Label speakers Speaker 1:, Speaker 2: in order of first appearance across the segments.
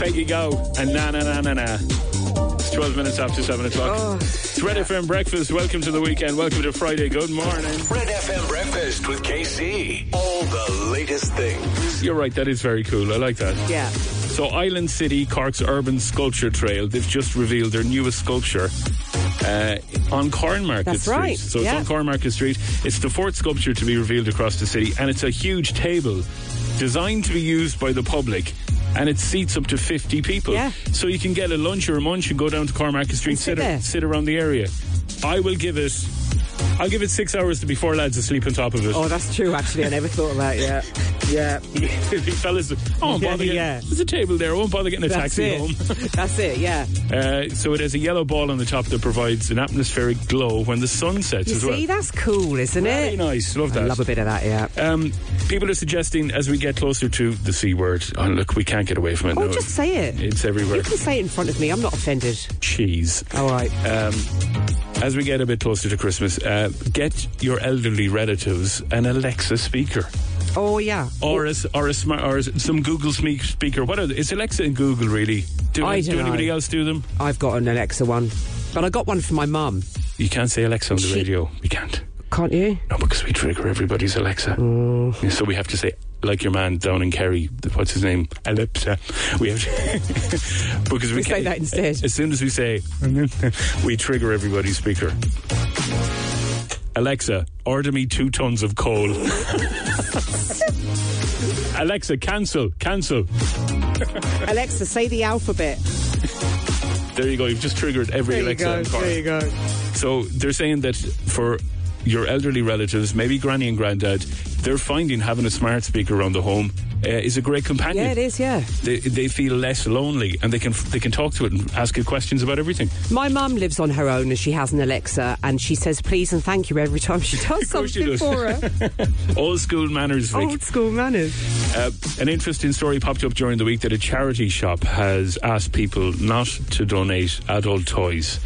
Speaker 1: Let You Go and Na Na Na Na Na. It's 12 minutes after 7 o'clock. It's Red FM Breakfast. Welcome to the weekend. Welcome to Friday. Good morning.
Speaker 2: Red FM Breakfast with KC. All the latest things.
Speaker 1: You're right, that is very cool. I like that.
Speaker 3: Yeah.
Speaker 1: So, Island City, Cork's urban sculpture trail, they've just revealed their newest sculpture uh, on Cornmarket
Speaker 3: That's
Speaker 1: Street.
Speaker 3: right,
Speaker 1: So,
Speaker 3: yeah.
Speaker 1: it's on Cornmarket Street. It's the fourth sculpture to be revealed across the city, and it's a huge table designed to be used by the public. And it seats up to 50 people.
Speaker 3: Yeah.
Speaker 1: So you can get a lunch or a munch and go down to Cornmarket Street,
Speaker 3: sit
Speaker 1: sit, ar-
Speaker 3: there.
Speaker 1: sit around the area. I will give it, I'll give it six hours to be four lads asleep on top of it.
Speaker 3: Oh, that's true, actually. I never thought of that. Yeah. Yeah.
Speaker 1: the fellas, I won't
Speaker 3: Yeah,
Speaker 1: bother getting,
Speaker 3: yeah.
Speaker 1: there's a table there, I won't bother getting a
Speaker 3: That's
Speaker 1: taxi
Speaker 3: it.
Speaker 1: home.
Speaker 3: That's it, yeah.
Speaker 1: Uh, so it has a yellow ball on the top that provides an atmospheric glow when the sun sets
Speaker 3: You
Speaker 1: as
Speaker 3: see,
Speaker 1: well.
Speaker 3: that's cool, isn't
Speaker 1: Very
Speaker 3: it?
Speaker 1: nice, love that.
Speaker 3: Love a bit of that, yeah.
Speaker 1: um, people are suggesting as we get closer to the C word, oh, look, we can't get away from it.
Speaker 3: Oh,
Speaker 1: now.
Speaker 3: just say it.
Speaker 1: It's everywhere.
Speaker 3: You can say it in front of me. I'm not offended.
Speaker 1: Cheese.
Speaker 3: All right.
Speaker 1: Um, as we get a bit closer to Christmas, uh, get your elderly relatives an Alexa speaker.
Speaker 3: Oh, yeah.
Speaker 1: or a, or a smart or some Google Smeek speaker. What are they? It's Alexa and Google really. Do,
Speaker 3: I
Speaker 1: do
Speaker 3: dunno.
Speaker 1: anybody else do them?
Speaker 3: I've got an Alexa one. But I got one for my mum.
Speaker 1: You can't say Alexa on the
Speaker 3: She-
Speaker 1: radio. We can't.
Speaker 3: Can't you?
Speaker 1: No, Oh, because we trigger everybody's Alexa.
Speaker 3: Mm.
Speaker 1: Yeah, So we have to say, like your man down in Kerry, th- what's his name? Alexa. We have to, because we,
Speaker 3: We say
Speaker 1: can't-
Speaker 3: that instead.
Speaker 1: As soon as we say, we trigger everybody's speaker. Alexa, order me two tons of coal. Alexa, cancel, cancel.
Speaker 3: Alexa, say the alphabet.
Speaker 1: There you go. You've just triggered every Alexa in Cork.
Speaker 3: go.
Speaker 1: So they're saying that for your elderly relatives, maybe granny and granddad, they're finding having a smart speaker around the home uh, is a great companion.
Speaker 3: Yeah, it is, yeah.
Speaker 1: They, they feel less lonely and they can they can talk to it and ask it questions about everything.
Speaker 3: My mum lives on her own and she has an Alexa and she says please and thank you every time she does
Speaker 1: course she
Speaker 3: something
Speaker 1: does.
Speaker 3: for her.
Speaker 1: Old school manners, Vic.
Speaker 3: Old school manners.
Speaker 1: Uh, an interesting story popped up during the week that a charity shop has asked people not to donate adult toys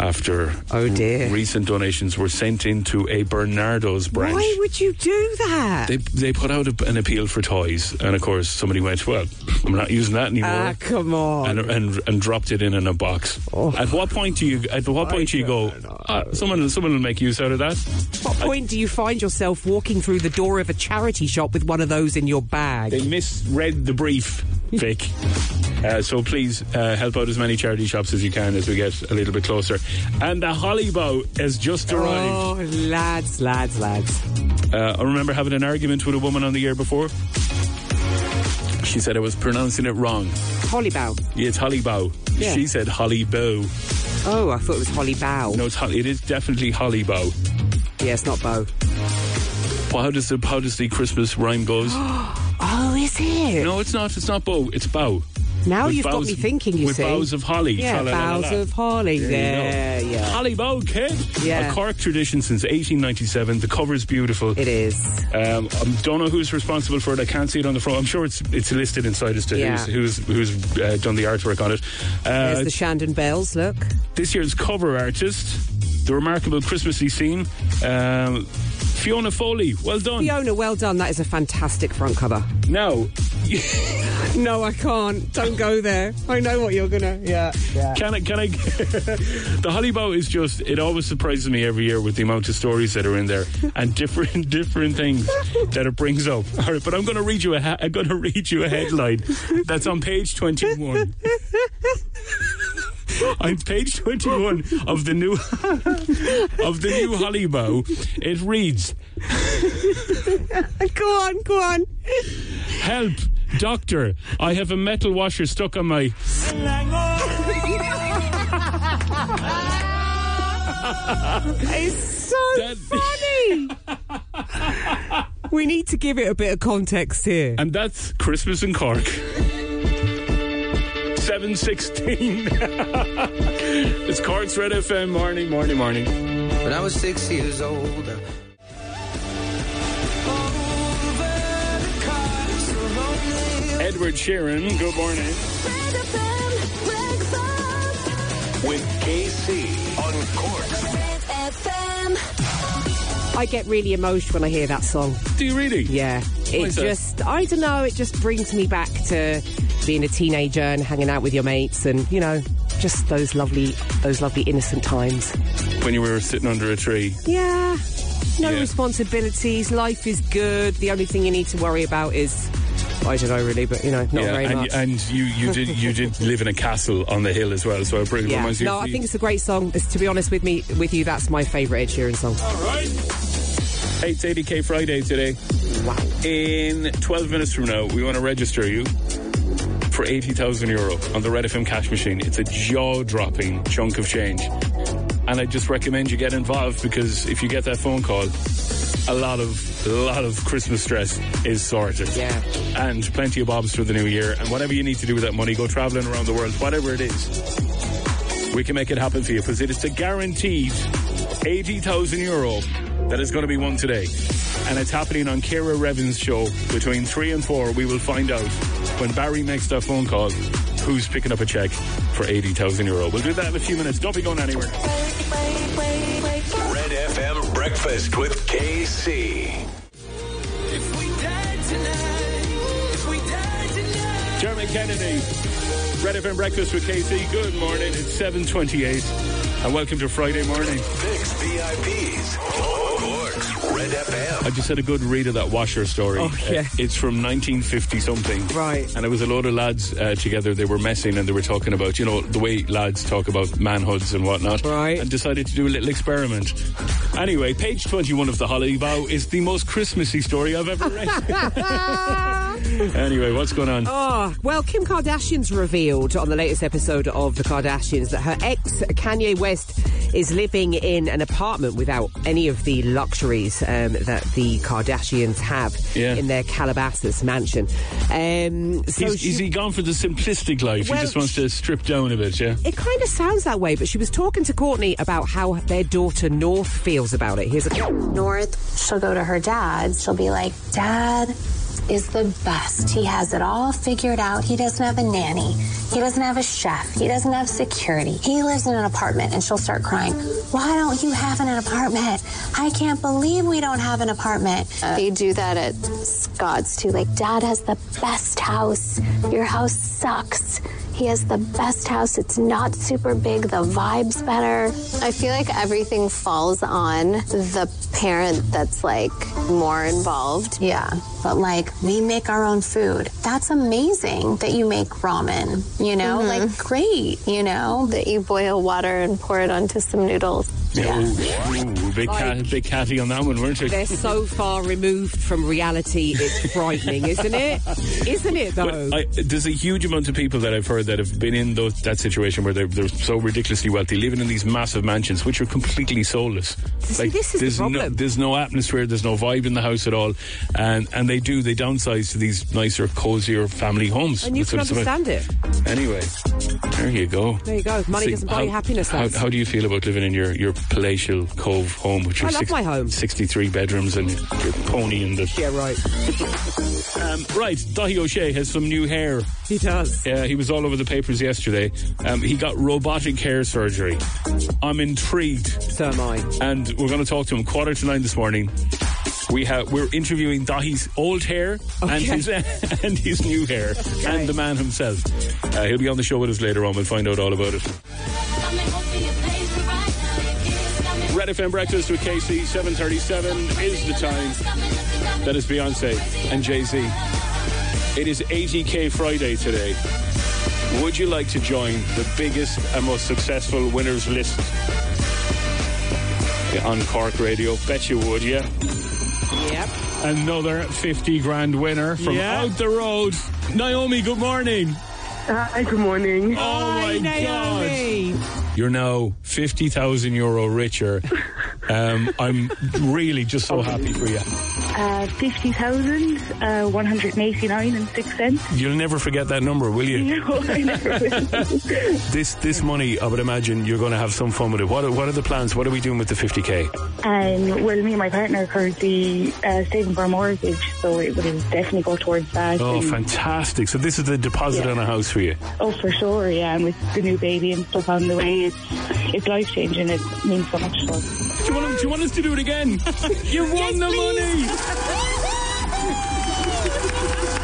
Speaker 1: after
Speaker 3: Oh, dear.
Speaker 1: recent donations were sent into a Bernardo's branch.
Speaker 3: Why would you do that?
Speaker 1: they they put out a, an appeal for toys, and of course somebody went, "Well, I'm not using that anymore,"
Speaker 3: ah, come on. Oh.
Speaker 1: and, and and dropped it in in a box. At what point do you? At what point do you go? "Ah, someone someone will make use out of that.
Speaker 3: What point do you find yourself walking through the door of a charity shop with one of those in your bag?
Speaker 1: They misread the brief, Vic. Uh, so please uh, help out as many charity shops as you can as we get a little bit closer. And the holly bow has just arrived.
Speaker 3: Oh, lads, lads, lads.
Speaker 1: Uh, I remember having an argument with a woman on the year before. She said I was pronouncing it wrong.
Speaker 3: Holly bow.
Speaker 1: Yeah, It's Holly Bow.
Speaker 3: Yeah.
Speaker 1: She said Holly Bow.
Speaker 3: Oh, I thought it was holly bow.
Speaker 1: No, it's Holly. It is definitely Holly Bow.
Speaker 3: Yeah, it's not bow.
Speaker 1: Well, how does the how does the Christmas rhyme goes?
Speaker 3: Oh, is it?
Speaker 1: no, it's not. It's not bow. It's bow.
Speaker 3: now
Speaker 1: With
Speaker 3: you've got
Speaker 1: boughs-
Speaker 3: me thinking, you
Speaker 1: with
Speaker 3: see.
Speaker 1: boughs of holly.
Speaker 3: yeah,
Speaker 1: tra-la-la-la-la.
Speaker 3: boughs of holly.
Speaker 1: There
Speaker 3: There,
Speaker 1: you go.
Speaker 3: yeah.
Speaker 1: Holly Bow, kid.
Speaker 3: Yeah.
Speaker 1: A Cork tradition since 1897. The cover's beautiful.
Speaker 3: It is.
Speaker 1: Um, I don't know who's responsible for it. I can't see it on the front. I'm sure it's it's listed inside as to
Speaker 3: Yeah.
Speaker 1: who's who's who's uh, done the artwork on it.
Speaker 3: There's
Speaker 1: Uh,
Speaker 3: the Shandon Bells, look.
Speaker 1: this year's cover artist, the remarkable Christmassy scene, um, Fiona Foley. Well done.
Speaker 3: Fiona, well done. That is a fantastic front cover.
Speaker 1: Now,
Speaker 3: No, I can't. Don't go there. I know what you're gonna. Yeah. yeah.
Speaker 1: can I? Can I? the Holly Bow is just. It always surprises me every year with the amount of stories that are in there and different different things that it brings up. All right, but I'm going to read you a. Ha- I'm going to read you a headline that's on page 21. on page 21 of the new of the new Holly Bow, it reads.
Speaker 3: Go on, go on.
Speaker 1: Help! Doctor, I have a metal washer stuck on my.
Speaker 3: It's so
Speaker 1: That-
Speaker 3: funny. we need to give it a bit of context here.
Speaker 1: And that's Christmas in Cork. 716. it's Cork's Red FM morning, morning, morning.
Speaker 4: When I was six years old, I
Speaker 1: Edward Sheeran, good morning.
Speaker 2: With KC on Cork's
Speaker 5: FM.
Speaker 3: I get really emotional when I hear that song.
Speaker 1: Do you really?
Speaker 3: Yeah. It
Speaker 1: is that?
Speaker 3: just, I don't know, it just brings me back to being a teenager and hanging out with your mates and, you know, just those lovely, those lovely innocent times.
Speaker 1: When you were sitting under a tree.
Speaker 3: Yeah. No
Speaker 1: Yeah.
Speaker 3: responsibilities. Life is good. The only thing you need to worry about is, I don't know really, but you know, not
Speaker 1: yeah,
Speaker 3: very
Speaker 1: and,
Speaker 3: much.
Speaker 1: and you, you did you did live in a castle on the hill as well, so it pretty
Speaker 3: yeah.
Speaker 1: reminds you.
Speaker 3: No,
Speaker 1: of
Speaker 3: I
Speaker 1: the-
Speaker 3: think it's a great song. It's- to be honest with me, with you, that's my favourite Ed Sheeran song.
Speaker 1: All right. Hey, it's 80k Friday today.
Speaker 3: Wow.
Speaker 1: In 12 minutes from now, we want to register you for 80,000 euro on the Red FM cash machine. It's a jaw dropping chunk of change. And I just recommend you get involved because if you get that phone call, a lot of a lot of Christmas stress is sorted.
Speaker 3: Yeah.
Speaker 1: And plenty of bobs for the new year. And whatever you need to do with that money, go traveling around the world, whatever it is. We can make it happen for you because it is a guaranteed 80,000 euro that is going to be won today. And it's happening on Kira Revin's show between 3 and 4. We will find out when Barry makes that phone call who's picking up a check for 80,000 euro. We'll do that in a few minutes. Don't be going anywhere.
Speaker 2: Red FM Breakfast with KC.
Speaker 1: Jeremy Kennedy, Red FM Breakfast with KC. Good morning. It's 7.28 and welcome to Friday morning.
Speaker 2: Fix VIPs. Cork's Red FM.
Speaker 1: I just had a good read of that washer story.
Speaker 3: Oh, yeah.
Speaker 1: Uh, it's from 1950 something.
Speaker 3: Right.
Speaker 1: And it was a load of lads uh, together. They were messing and they were talking about, you know, the way lads talk about manhoods and whatnot.
Speaker 3: Right.
Speaker 1: And decided to do a little experiment. Anyway, page 21 of The Holiday Bow is the most Christmassy story I've ever read. anyway, what's going on?
Speaker 3: Ah, well, Kim Kardashian's revealed on the latest episode of The Kardashians that her ex, Kanye West, is living in an apartment without any of the luxuries um, that the Kardashians have
Speaker 1: Yeah.
Speaker 3: in their Calabasas mansion. Um, so
Speaker 1: He's,
Speaker 3: she-
Speaker 1: is he gone for the simplistic life?
Speaker 3: Well,
Speaker 1: he just wants to strip down a bit, yeah?
Speaker 3: it kind of sounds that way, but she was talking to Courtney about how their daughter North feels about it. Here's a.
Speaker 5: North, she'll go to her dad. She'll be like, Dad is the best. He has it all figured out. He doesn't have a nanny. He doesn't have a chef. He doesn't have security. He lives in an apartment. And she'll start crying. Why don't you have an apartment? I can't believe we don't have an apartment. Uh, they do that at Scott's too. Like, Dad has the best house. Your house sucks. He has the best house. It's not super big. The vibe's better.
Speaker 6: I feel like everything falls on the parent that's like more involved.
Speaker 5: Yeah, but like we make our own food. That's amazing that you make ramen, you know? Like, great, you know?
Speaker 6: Mm-hmm. That you boil water and pour it onto some noodles.
Speaker 1: Yeah. Ooh, ooh, big, cat, big catty on that one, weren't you?
Speaker 3: They're so far removed from reality, it's frightening, isn't it? Isn't it, though?
Speaker 1: But I, there's a huge amount of people that I've heard that have been in those, that situation where they're, they're so ridiculously wealthy, living in these massive mansions, which are completely soulless.
Speaker 3: See, this is the
Speaker 1: there's no
Speaker 3: problem.
Speaker 1: there's no atmosphere, there's no vibe in the house at all, and and they do they downsize to these nicer, cozier family homes.
Speaker 3: and you
Speaker 1: That's
Speaker 3: can
Speaker 1: what it's about.
Speaker 3: understand it.
Speaker 1: Anyway, there you go.
Speaker 3: There you go. Money
Speaker 1: See,
Speaker 3: doesn't buy
Speaker 1: how-
Speaker 3: you happiness.
Speaker 1: How,
Speaker 3: lads.
Speaker 1: how do you feel about living in your, your palatial cove home, which
Speaker 3: I
Speaker 1: is
Speaker 3: love my home.
Speaker 1: 63 bedrooms and your pony and the
Speaker 3: yeah, right.
Speaker 1: um, right? Dahi O'Shea has some new hair.
Speaker 3: He does.
Speaker 1: Uh, he was all over the papers yesterday. Um, he got robotic hair surgery. I'm intrigued,
Speaker 3: So am I.
Speaker 1: and we're going to talk to him quarter to nine this morning. We have we're interviewing Dahi's old hair and
Speaker 3: Okay.
Speaker 1: his and his new hair and the man himself. Uh, he'll be on the show with us later on. We'll find out all about it. Red FM breakfast with KC. Seven thirty-seven is the time. That is Beyonce and Jay Z. It is 80k Friday today. Would you like to join the biggest and most successful winners list on Cork Radio? Bet you would, yeah.
Speaker 3: Yep.
Speaker 1: Another 50 grand winner from
Speaker 3: Yeah.
Speaker 1: out the road. Naomi, good morning.
Speaker 7: Hi, Uh, good morning.
Speaker 1: oh
Speaker 3: Hi,
Speaker 1: my god.
Speaker 3: Naomi.
Speaker 1: You're now 50,000 euro richer. Um, I'm really just so happy for you.
Speaker 7: Uh, 50,000, uh, 189 and 6 cents.
Speaker 1: You'll never forget that number, will you?
Speaker 7: No, I never will.
Speaker 1: This this money, I would imagine you're going to have some fun with it. What are, what are the plans? What are we doing with the 50k?
Speaker 7: um, well, me and my partner are currently uh, saving for a mortgage, so it would definitely go towards that.
Speaker 1: Oh,
Speaker 7: and,
Speaker 1: fantastic! So this is the deposit on a house for you.
Speaker 7: oh, for sure, yeah. And with the new baby and stuff on the way, it's, it's life changing. It means so much to us.
Speaker 1: Do you, want, do you want us to do it again? You won the money!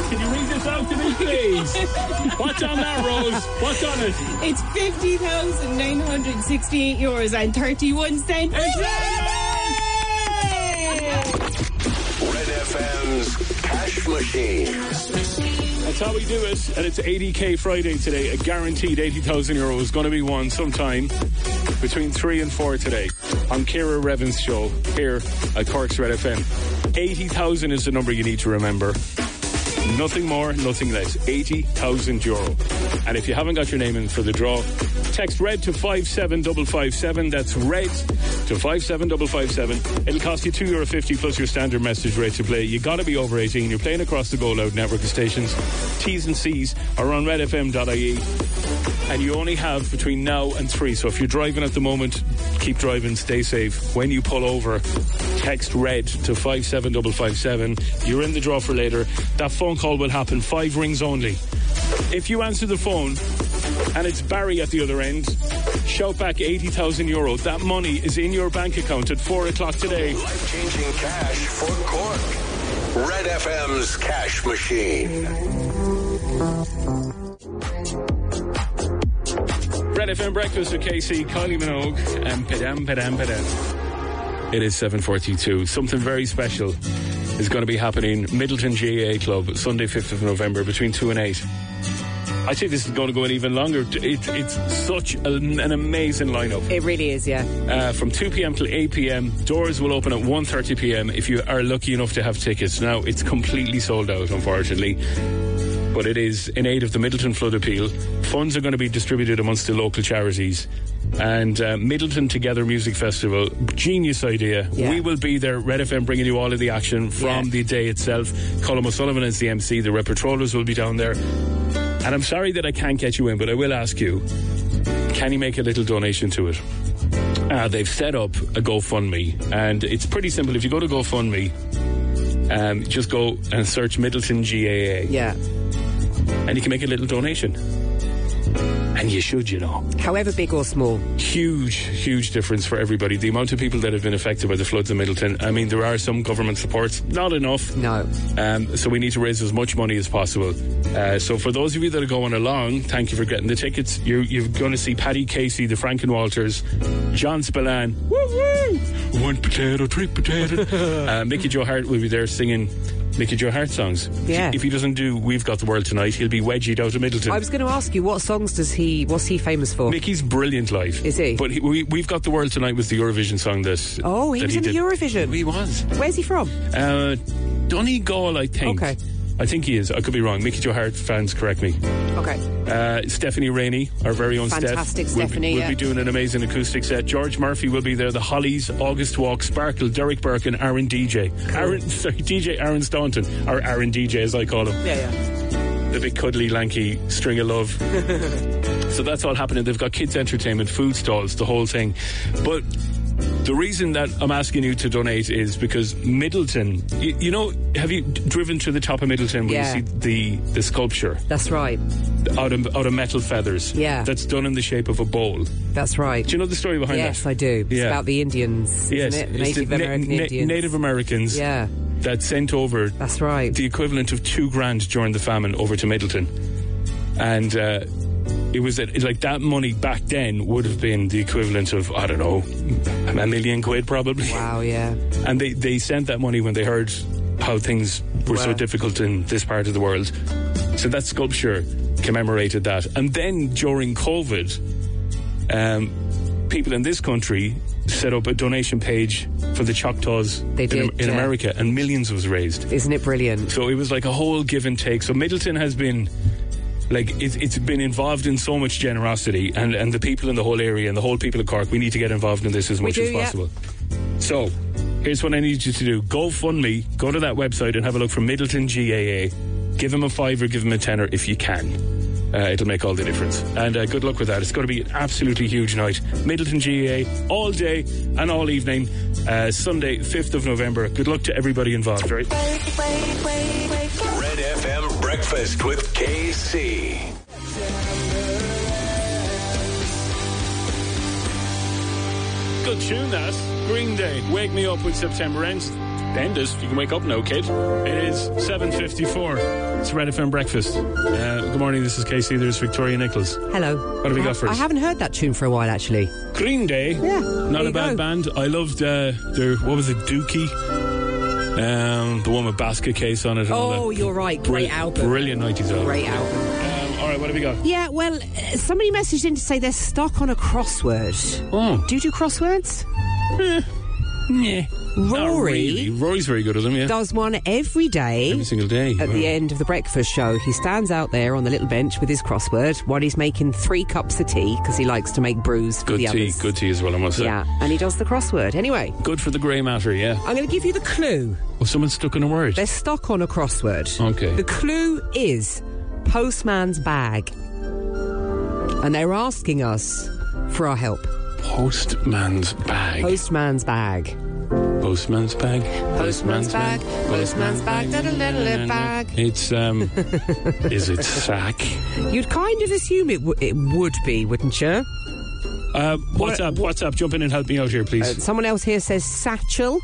Speaker 1: Can you read this out to me, please? What's on that, Rose? What's on it?
Speaker 8: It's 50,968 euros and 31 cents.
Speaker 2: Red FM's Cash Machine.
Speaker 1: That's how we do it. And it's 80k Friday today. A guaranteed 80,000 euro is going to be won sometime between 3 and 4 today on Kira Revan's show here at Cork's Red FM. 80,000 is the number you need to remember. Nothing more, nothing less. 80,000 euro. And if you haven't got your name in for the draw, text red to 57557. That's red to 57557. It'll cost you €2.50 plus your standard message rate to play. you got to be over 18. You're playing across the Go Loud network of stations. T's and C's are on E. redfm.ie. And you only have between now and three. So if you're driving at the moment, keep driving, stay safe. When you pull over, text red to 57557. You're in the draw for later. That phone call will happen. Five rings only. If you answer the phone and it's Barry at the other end, shout back 80,000 euro. That money is in your bank account at four o'clock today.
Speaker 2: Life changing cash for Cork. Red FM's Cash Machine.
Speaker 1: Red FM Breakfast with KC, Kylie Minogue, and Padam Padam Padam. It is 7.42. Something very special is going to be happening. Middleton GAA Club, Sunday 5th of November, between 2 and 8. I think this is going to go in even longer. It, it's such an, an amazing lineup.
Speaker 3: It really is, yeah.
Speaker 1: Uh, from 2 p.m. till 8 p.m. Doors will open at 1:30 p.m. if you are lucky enough to have tickets. Now it's completely sold out, unfortunately. But it is in aid of the Middleton flood appeal. Funds are going to be distributed amongst the local charities. And uh, Middleton Together Music Festival, genius idea.
Speaker 3: Yeah.
Speaker 1: We will be there, Red FM bringing you all of the action from
Speaker 3: Yeah.
Speaker 1: the day itself. Colin O'Sullivan is the MC, the Repertrollers will be down there. And I'm sorry that I can't get you in, but I will ask you can you make a little donation to it? Uh, they've set up a GoFundMe, and it's pretty simple. If you go to GoFundMe, um, just go and search Middleton GAA,
Speaker 3: Yeah.
Speaker 1: and you can make a little donation. And you should, you know.
Speaker 3: However big or small.
Speaker 1: Huge, huge difference for everybody. The amount of people that have been affected by the floods in Middleton. I mean, there are some government supports, not enough.
Speaker 3: No.
Speaker 1: Um, so we need to raise as much money as possible. Uh, so for those of you that are going along, thank you for getting the tickets. You're, you're going to see Paddy Casey, the Franken Walters, John Spillane. Woo woo! One potato, three potato. uh, Mickey Joe Hart will be there singing Mickey Joe Hart songs.
Speaker 3: Yeah.
Speaker 1: If he doesn't do "We've Got the World Tonight," he'll be wedgied out of Middleton.
Speaker 3: I was going to ask you, what songs does he, what's he famous for?
Speaker 1: Mickey's brilliant live.
Speaker 3: Is he?
Speaker 1: But he, we, we've got the world tonight was the Eurovision song. This.
Speaker 3: Oh, he
Speaker 1: that
Speaker 3: was in the
Speaker 1: did.
Speaker 3: Eurovision.
Speaker 1: He was.
Speaker 3: Where's he from?
Speaker 1: Uh, Donegal, I think.
Speaker 3: Okay.
Speaker 1: I think he is. I could be wrong. Mickey Joe Hart fans, correct me.
Speaker 3: Okay.
Speaker 1: Uh, Stephanie Rainey, our very own Steph,
Speaker 3: Fantastic
Speaker 1: will be-
Speaker 3: Stephanie,
Speaker 1: will
Speaker 3: yeah.
Speaker 1: be doing an amazing acoustic set. George Murphy will be there. The Hollies, August Walk, Sparkle, Derek Burke, and Aaron DJ. Aaron, sorry, DJ Aaron Staunton, or Aaron DJ as I call him
Speaker 3: Yeah, yeah.
Speaker 1: the big cuddly lanky string of love. so that's all happening. They've got kids entertainment, food stalls, the whole thing. But the reason that I'm asking you to donate is because Middleton, you, you know, have you d- driven to the top of Middleton where
Speaker 3: Yeah.
Speaker 1: you see the, the sculpture
Speaker 3: That's right.
Speaker 1: out of, out of metal feathers?
Speaker 3: Yeah.
Speaker 1: That's done in the shape of a bowl. Do
Speaker 3: That's right.
Speaker 1: you know the story behind
Speaker 3: Yes,
Speaker 1: that?
Speaker 3: I do. It's
Speaker 1: Yeah.
Speaker 3: about the Indians, isn't
Speaker 1: Yes,
Speaker 3: it?
Speaker 1: it's
Speaker 3: Native
Speaker 1: the Na-
Speaker 3: American
Speaker 1: Na-
Speaker 3: Indians.
Speaker 1: Native Americans
Speaker 3: Yeah,
Speaker 1: that sent over
Speaker 3: that's right.
Speaker 1: the equivalent of two grand during the famine over to Middleton. And uh, it was that, like that money back then would have been the equivalent of, I don't know, a million quid probably.
Speaker 3: wow, yeah.
Speaker 1: And they, they sent that money when they heard how things were so
Speaker 3: Wow.
Speaker 1: difficult in this part of the world. So that sculpture commemorated that. And then during COVID, um, people in this country set up a donation page for the Choctaws
Speaker 3: They
Speaker 1: in,
Speaker 3: did,
Speaker 1: in
Speaker 3: yeah.
Speaker 1: America, and millions was raised.
Speaker 3: Isn't it brilliant?
Speaker 1: So it was like a whole give and take. So Middleton has been like it's, it's been involved in so much generosity, and and the people in the whole area and the whole people of Cork, we need to get involved in this as much
Speaker 3: do,
Speaker 1: as
Speaker 3: yeah.
Speaker 1: possible. So here's what I need you to do: GoFundMe, go to that website and have a look for Middleton GAA. Give him a fiver, give him a tenner if you can. Uh, it'll make all the difference. And uh, good luck with that. It's going to be an absolutely huge night. Middleton GAA all day and all evening, uh, Sunday, 5th of November. Good luck to everybody involved, right?
Speaker 2: Red FM Breakfast with KC.
Speaker 1: Good tune, that. Green Day. Wake me up when September ends. End is. You can wake up now, kid. It is 7.54. It's Red FM Breakfast. Uh, good morning, this is Casey. There's Victoria Nichols.
Speaker 3: Hello.
Speaker 1: What have we got for
Speaker 3: I
Speaker 1: us?
Speaker 3: haven't heard that tune for a while, actually.
Speaker 1: Green Day.
Speaker 3: Yeah, there
Speaker 1: Not
Speaker 3: you
Speaker 1: a bad
Speaker 3: go.
Speaker 1: band. I loved uh, their, what was it, Dookie? Um, the one with basket case on it. And all
Speaker 3: Oh,
Speaker 1: that.
Speaker 3: you're right. Great album.
Speaker 1: Brilliant 90s album.
Speaker 3: Great album.
Speaker 1: Um, all right, what have we got?
Speaker 3: Yeah, well, uh, somebody messaged in to say they're stuck on a crossword.
Speaker 1: Oh,
Speaker 3: Do you do crosswords?
Speaker 1: yeah.
Speaker 3: Rory
Speaker 1: Hmm. Really? Rory's very good at them, yeah.
Speaker 3: does one every day.
Speaker 1: Every single day.
Speaker 3: at the end of the breakfast show, he stands out there on the little bench with his crossword while he's making three cups of tea because he likes to make brews for
Speaker 1: Good
Speaker 3: the
Speaker 1: tea,
Speaker 3: others.
Speaker 1: good tea as well, I must say.
Speaker 3: Yeah, and he does the crossword. Anyway,
Speaker 1: Good for the grey matter, yeah.
Speaker 3: I'm going to give you the clue.
Speaker 1: Oh, someone's stuck in a word.
Speaker 3: They're stuck on a crossword.
Speaker 1: Okay.
Speaker 3: The clue is postman's bag. And they're asking us for our help.
Speaker 1: Postman's bag.
Speaker 3: Postman's bag.
Speaker 1: postman's bag.
Speaker 3: Postman's bag, postman's bag, da-da-da-da-da bag.
Speaker 1: It's, um, is it sack?
Speaker 3: You'd kind of assume it, w- it would be, wouldn't you?
Speaker 1: Uh, WhatsApp, WhatsApp, jump in and help me out here, please.
Speaker 3: Someone else here says satchel.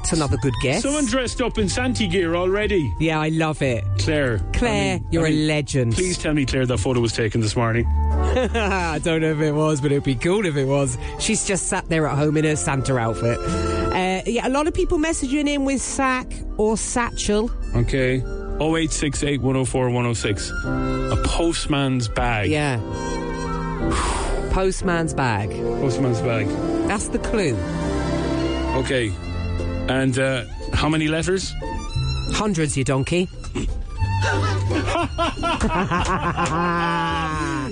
Speaker 3: It's another good guess.
Speaker 1: Someone dressed up in Santi gear already.
Speaker 3: yeah, I love it.
Speaker 1: Claire.
Speaker 3: Claire,
Speaker 1: I mean-
Speaker 3: you're
Speaker 1: I mean,
Speaker 3: a legend.
Speaker 1: Please tell me, Claire, that photo was taken this morning.
Speaker 3: I don't know if it was, but it'd be cool if it was. She's just sat there at home in her Santa outfit. Uh, yeah, a lot of people messaging in with sack or satchel.
Speaker 1: Okay. 0868 104 106. A postman's bag.
Speaker 3: Yeah. Postman's bag.
Speaker 1: Postman's bag.
Speaker 3: That's the clue.
Speaker 1: Okay. And uh, how many letters?
Speaker 3: Hundreds, you donkey.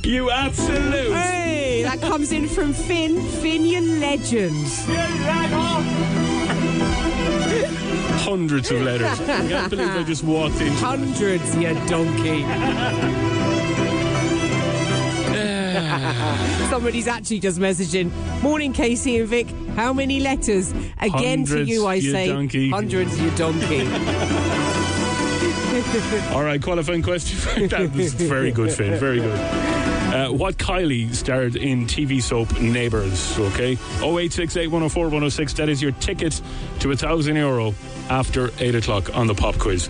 Speaker 1: You absolute.
Speaker 3: Hey, that comes in from Finn. Finn, you legend.
Speaker 1: Hundreds of letters. I can't believe I just walked in.
Speaker 3: Hundreds, you donkey. Somebody's actually just messaging. Morning, Casey and Vic. How many letters? Again to
Speaker 1: Hundreds,
Speaker 3: you, I
Speaker 1: you
Speaker 3: say.
Speaker 1: donkey.
Speaker 3: Hundreds, you donkey.
Speaker 1: All right, qualifying question. that was very good, Finn. Very good. Uh, what Kylie starred in TV soap Neighbours, okay? 0868 104 106. That is your ticket to a thousand euro after eight o'clock on the pop quiz.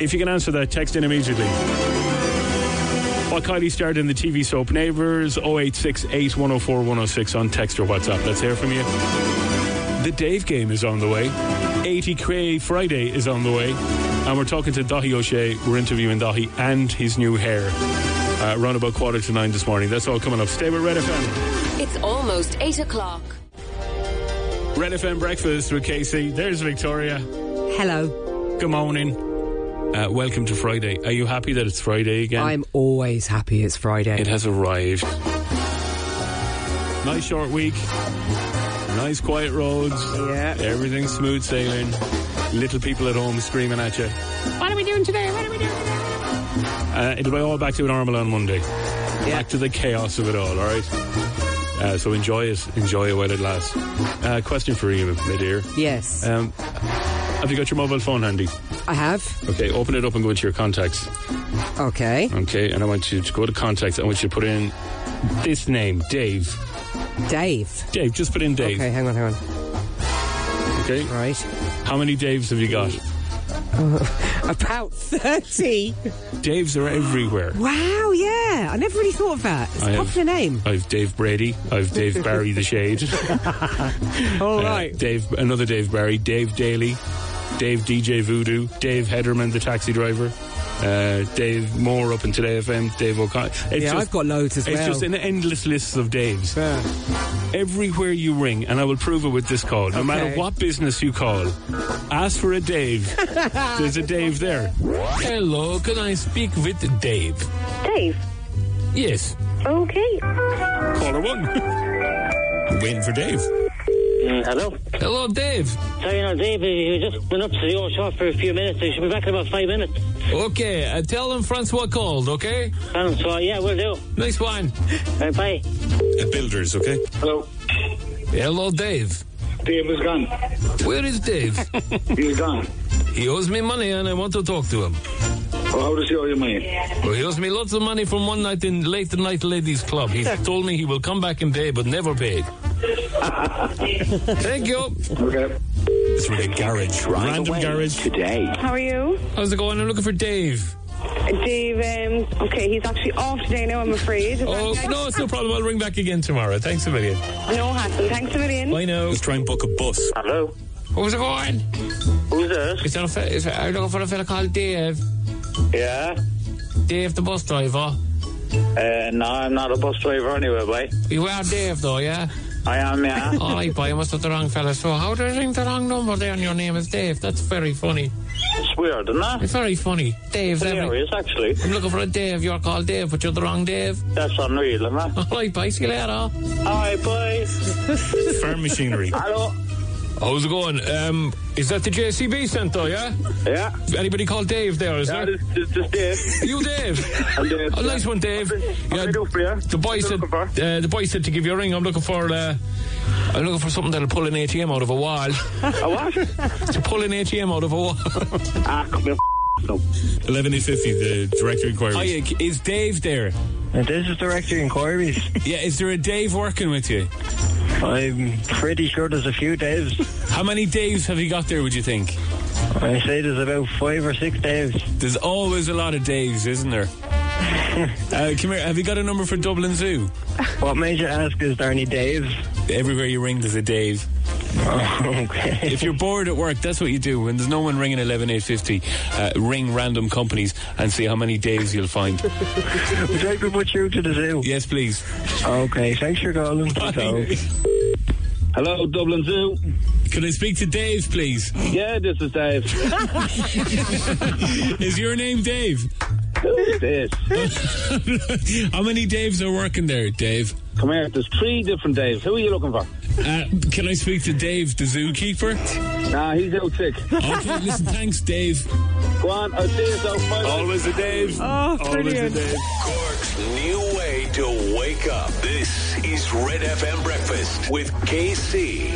Speaker 1: If you can answer that, text in immediately. What Kylie starred in the TV soap Neighbours, 0868 104 106 on text or WhatsApp. Let's hear from you. The Dave game is on the way. 80k Friday is on the way. And we're talking to Dahi O'Shea. We're interviewing Dahi and his new hair. Uh, around about quarter to nine this morning. That's all coming up. Stay with Red FM.
Speaker 9: It's almost 8 o'clock.
Speaker 1: Red FM breakfast with Casey. There's Victoria.
Speaker 3: Hello.
Speaker 1: Good morning. Uh, welcome to Friday. Are you happy that it's Friday again?
Speaker 3: I'm always happy it's Friday.
Speaker 1: It has arrived. Nice short week. Nice quiet roads.
Speaker 3: Yeah.
Speaker 1: Everything's smooth sailing. Little people at home screaming at you.
Speaker 8: What are we doing today? What are we doing today?
Speaker 1: Uh, it'll be all back to normal on Monday. Back to the chaos of it all, all right? Uh, so enjoy it. Enjoy it while it lasts. Uh, question for you, my dear.
Speaker 3: yes,
Speaker 1: Um, have you got your mobile phone handy?
Speaker 3: I have.
Speaker 1: Okay, open it up and go into your contacts.
Speaker 3: Okay.
Speaker 1: Okay, and I want you to go to contacts. I want you to put in this name, Dave.
Speaker 3: Dave.
Speaker 1: Dave, just put in Dave.
Speaker 3: Okay, hang on, hang on.
Speaker 1: Okay.
Speaker 3: Right.
Speaker 1: How many Daves have you got?
Speaker 3: About 30.
Speaker 1: Daves are everywhere.
Speaker 3: wow, yeah. I never really thought of that. It's
Speaker 1: I
Speaker 3: a
Speaker 1: have-
Speaker 3: popular name.
Speaker 1: Mm-hmm. I've Dave Brady. I've Dave Barry the Shade.
Speaker 3: All
Speaker 1: Uh, Dave, another Dave Barry, Dave Daly, Dave DJ Voodoo, Dave Hederman, the taxi driver, uh, Dave Moore up in Today FM, Dave O'Connor. It's
Speaker 3: Yeah, I've got loads as
Speaker 1: It's
Speaker 3: well.
Speaker 1: just an endless list of Daves. Everywhere you ring, and I will prove it with this call, no matter what business you call, ask for a Dave. There's a Dave there. Hello, can I speak with Dave?
Speaker 7: Dave.
Speaker 1: Yes.
Speaker 7: Okay.
Speaker 1: Caller one. Waiting for Dave.
Speaker 10: hello.
Speaker 1: Hello, Dave.
Speaker 10: Sorry, no, Dave, you just went up to the old shop for a few minutes. You should be back in about five minutes.
Speaker 1: Okay, uh, tell him Francois called, okay?
Speaker 10: And so, uh, yeah, we'll do.
Speaker 1: Nice one.
Speaker 10: Right, bye.
Speaker 1: At Builders, okay?
Speaker 10: Hello.
Speaker 1: Hello, Dave.
Speaker 10: Dave is gone.
Speaker 1: Where is Dave?
Speaker 10: He's gone.
Speaker 1: he owes me money and I want to talk to him.
Speaker 10: Well, how does he owe you money?
Speaker 1: Well, he owes me lots of money from one night in Late Night Ladies Club. He told me he will come back and pay, but never paid.
Speaker 11: Thank you.
Speaker 2: Okay.
Speaker 11: Through the garage, right
Speaker 1: Random
Speaker 11: away
Speaker 1: garage.
Speaker 11: today.
Speaker 12: How are you?
Speaker 11: How's it going? I'm looking for Dave.
Speaker 12: Dave, um, okay, he's actually off today now, I'm afraid.
Speaker 11: Oh no, it's no problem. I'll ring back again tomorrow. Thanks a million.
Speaker 12: No hassle. Thanks a million.
Speaker 11: I know. Let's try and book a bus.
Speaker 10: Hello.
Speaker 11: How's it going?
Speaker 10: Who's this?
Speaker 11: It's a fe- it's, I'm looking for a fella called Dave.
Speaker 10: Yeah.
Speaker 11: Dave, the bus driver.
Speaker 10: Uh, no, I'm not a bus driver anyway, boy.
Speaker 11: You are Dave, though, yeah.
Speaker 10: I am, yeah.
Speaker 11: All right, boy, I
Speaker 12: Oh,
Speaker 11: must have the wrong fella. So how did I ring the wrong number there? And your name is Dave. That's very funny.
Speaker 10: It's weird, isn't it?
Speaker 11: It's very funny. Dave,
Speaker 10: Hilarious, actually.
Speaker 11: I'm looking for a Dave. You're called Dave, but you're the wrong Dave.
Speaker 10: That's unreal, isn't it?
Speaker 11: All right, bye. See you later.
Speaker 10: Hi, boy.
Speaker 11: Farm machinery.
Speaker 10: Hello.
Speaker 11: How's it going? Um, is that the JCB centre, yeah?
Speaker 10: Yeah.
Speaker 11: Anybody called Dave there, is
Speaker 10: Yeah,
Speaker 11: there?
Speaker 10: this, this, this Dave.
Speaker 11: Are you Dave?
Speaker 10: I'm Dave.
Speaker 11: Oh, nice one, Dave.
Speaker 10: What can I do for you?
Speaker 11: The boy said uh, the boy said to give you a ring. I'm looking for uh, I'm looking for something that'll pull an ATM out of a wall.
Speaker 10: A what?
Speaker 11: to pull an ATM out of a wall.
Speaker 10: ah, come here. No.
Speaker 1: 1150, the director inquiries.
Speaker 13: Hiya, c- is Dave there?
Speaker 14: This is Director Inquiries.
Speaker 13: Yeah, is there a Dave working with you?
Speaker 14: I'm pretty sure there's a few Daves.
Speaker 13: How many Daves have you got there, would you think?
Speaker 14: I say there's about five or six Daves.
Speaker 13: There's always a lot of Daves, isn't there? uh, come here, have you got a number for Dublin Zoo?
Speaker 14: What made you ask, is there any Daves?
Speaker 13: Everywhere you ring, there's a Dave.
Speaker 14: okay.
Speaker 13: If you're bored at work, that's what you do. When there's no one ringing 11850, uh, ring random companies and see how many Daves you'll find.
Speaker 14: Would I be put you to the zoo?
Speaker 13: Yes, please.
Speaker 14: Okay, thanks for calling.
Speaker 10: Hello, Dublin Zoo.
Speaker 13: Can I speak to Dave, please?
Speaker 10: Yeah, this is Dave.
Speaker 13: Is your name Dave?
Speaker 10: Who's this?
Speaker 13: How many Daves are working there, Dave?
Speaker 10: Come here. There's three different Daves. Who are you looking for?
Speaker 13: Uh, can I speak to Dave, the zookeeper?
Speaker 10: Nah, he's out sick.
Speaker 13: Okay, listen, thanks, Dave.
Speaker 10: Go on, I'll see you so far.
Speaker 13: Always a Dave.
Speaker 3: Oh,
Speaker 2: Cork's new way to wake up. This is Red FM Breakfast with KC.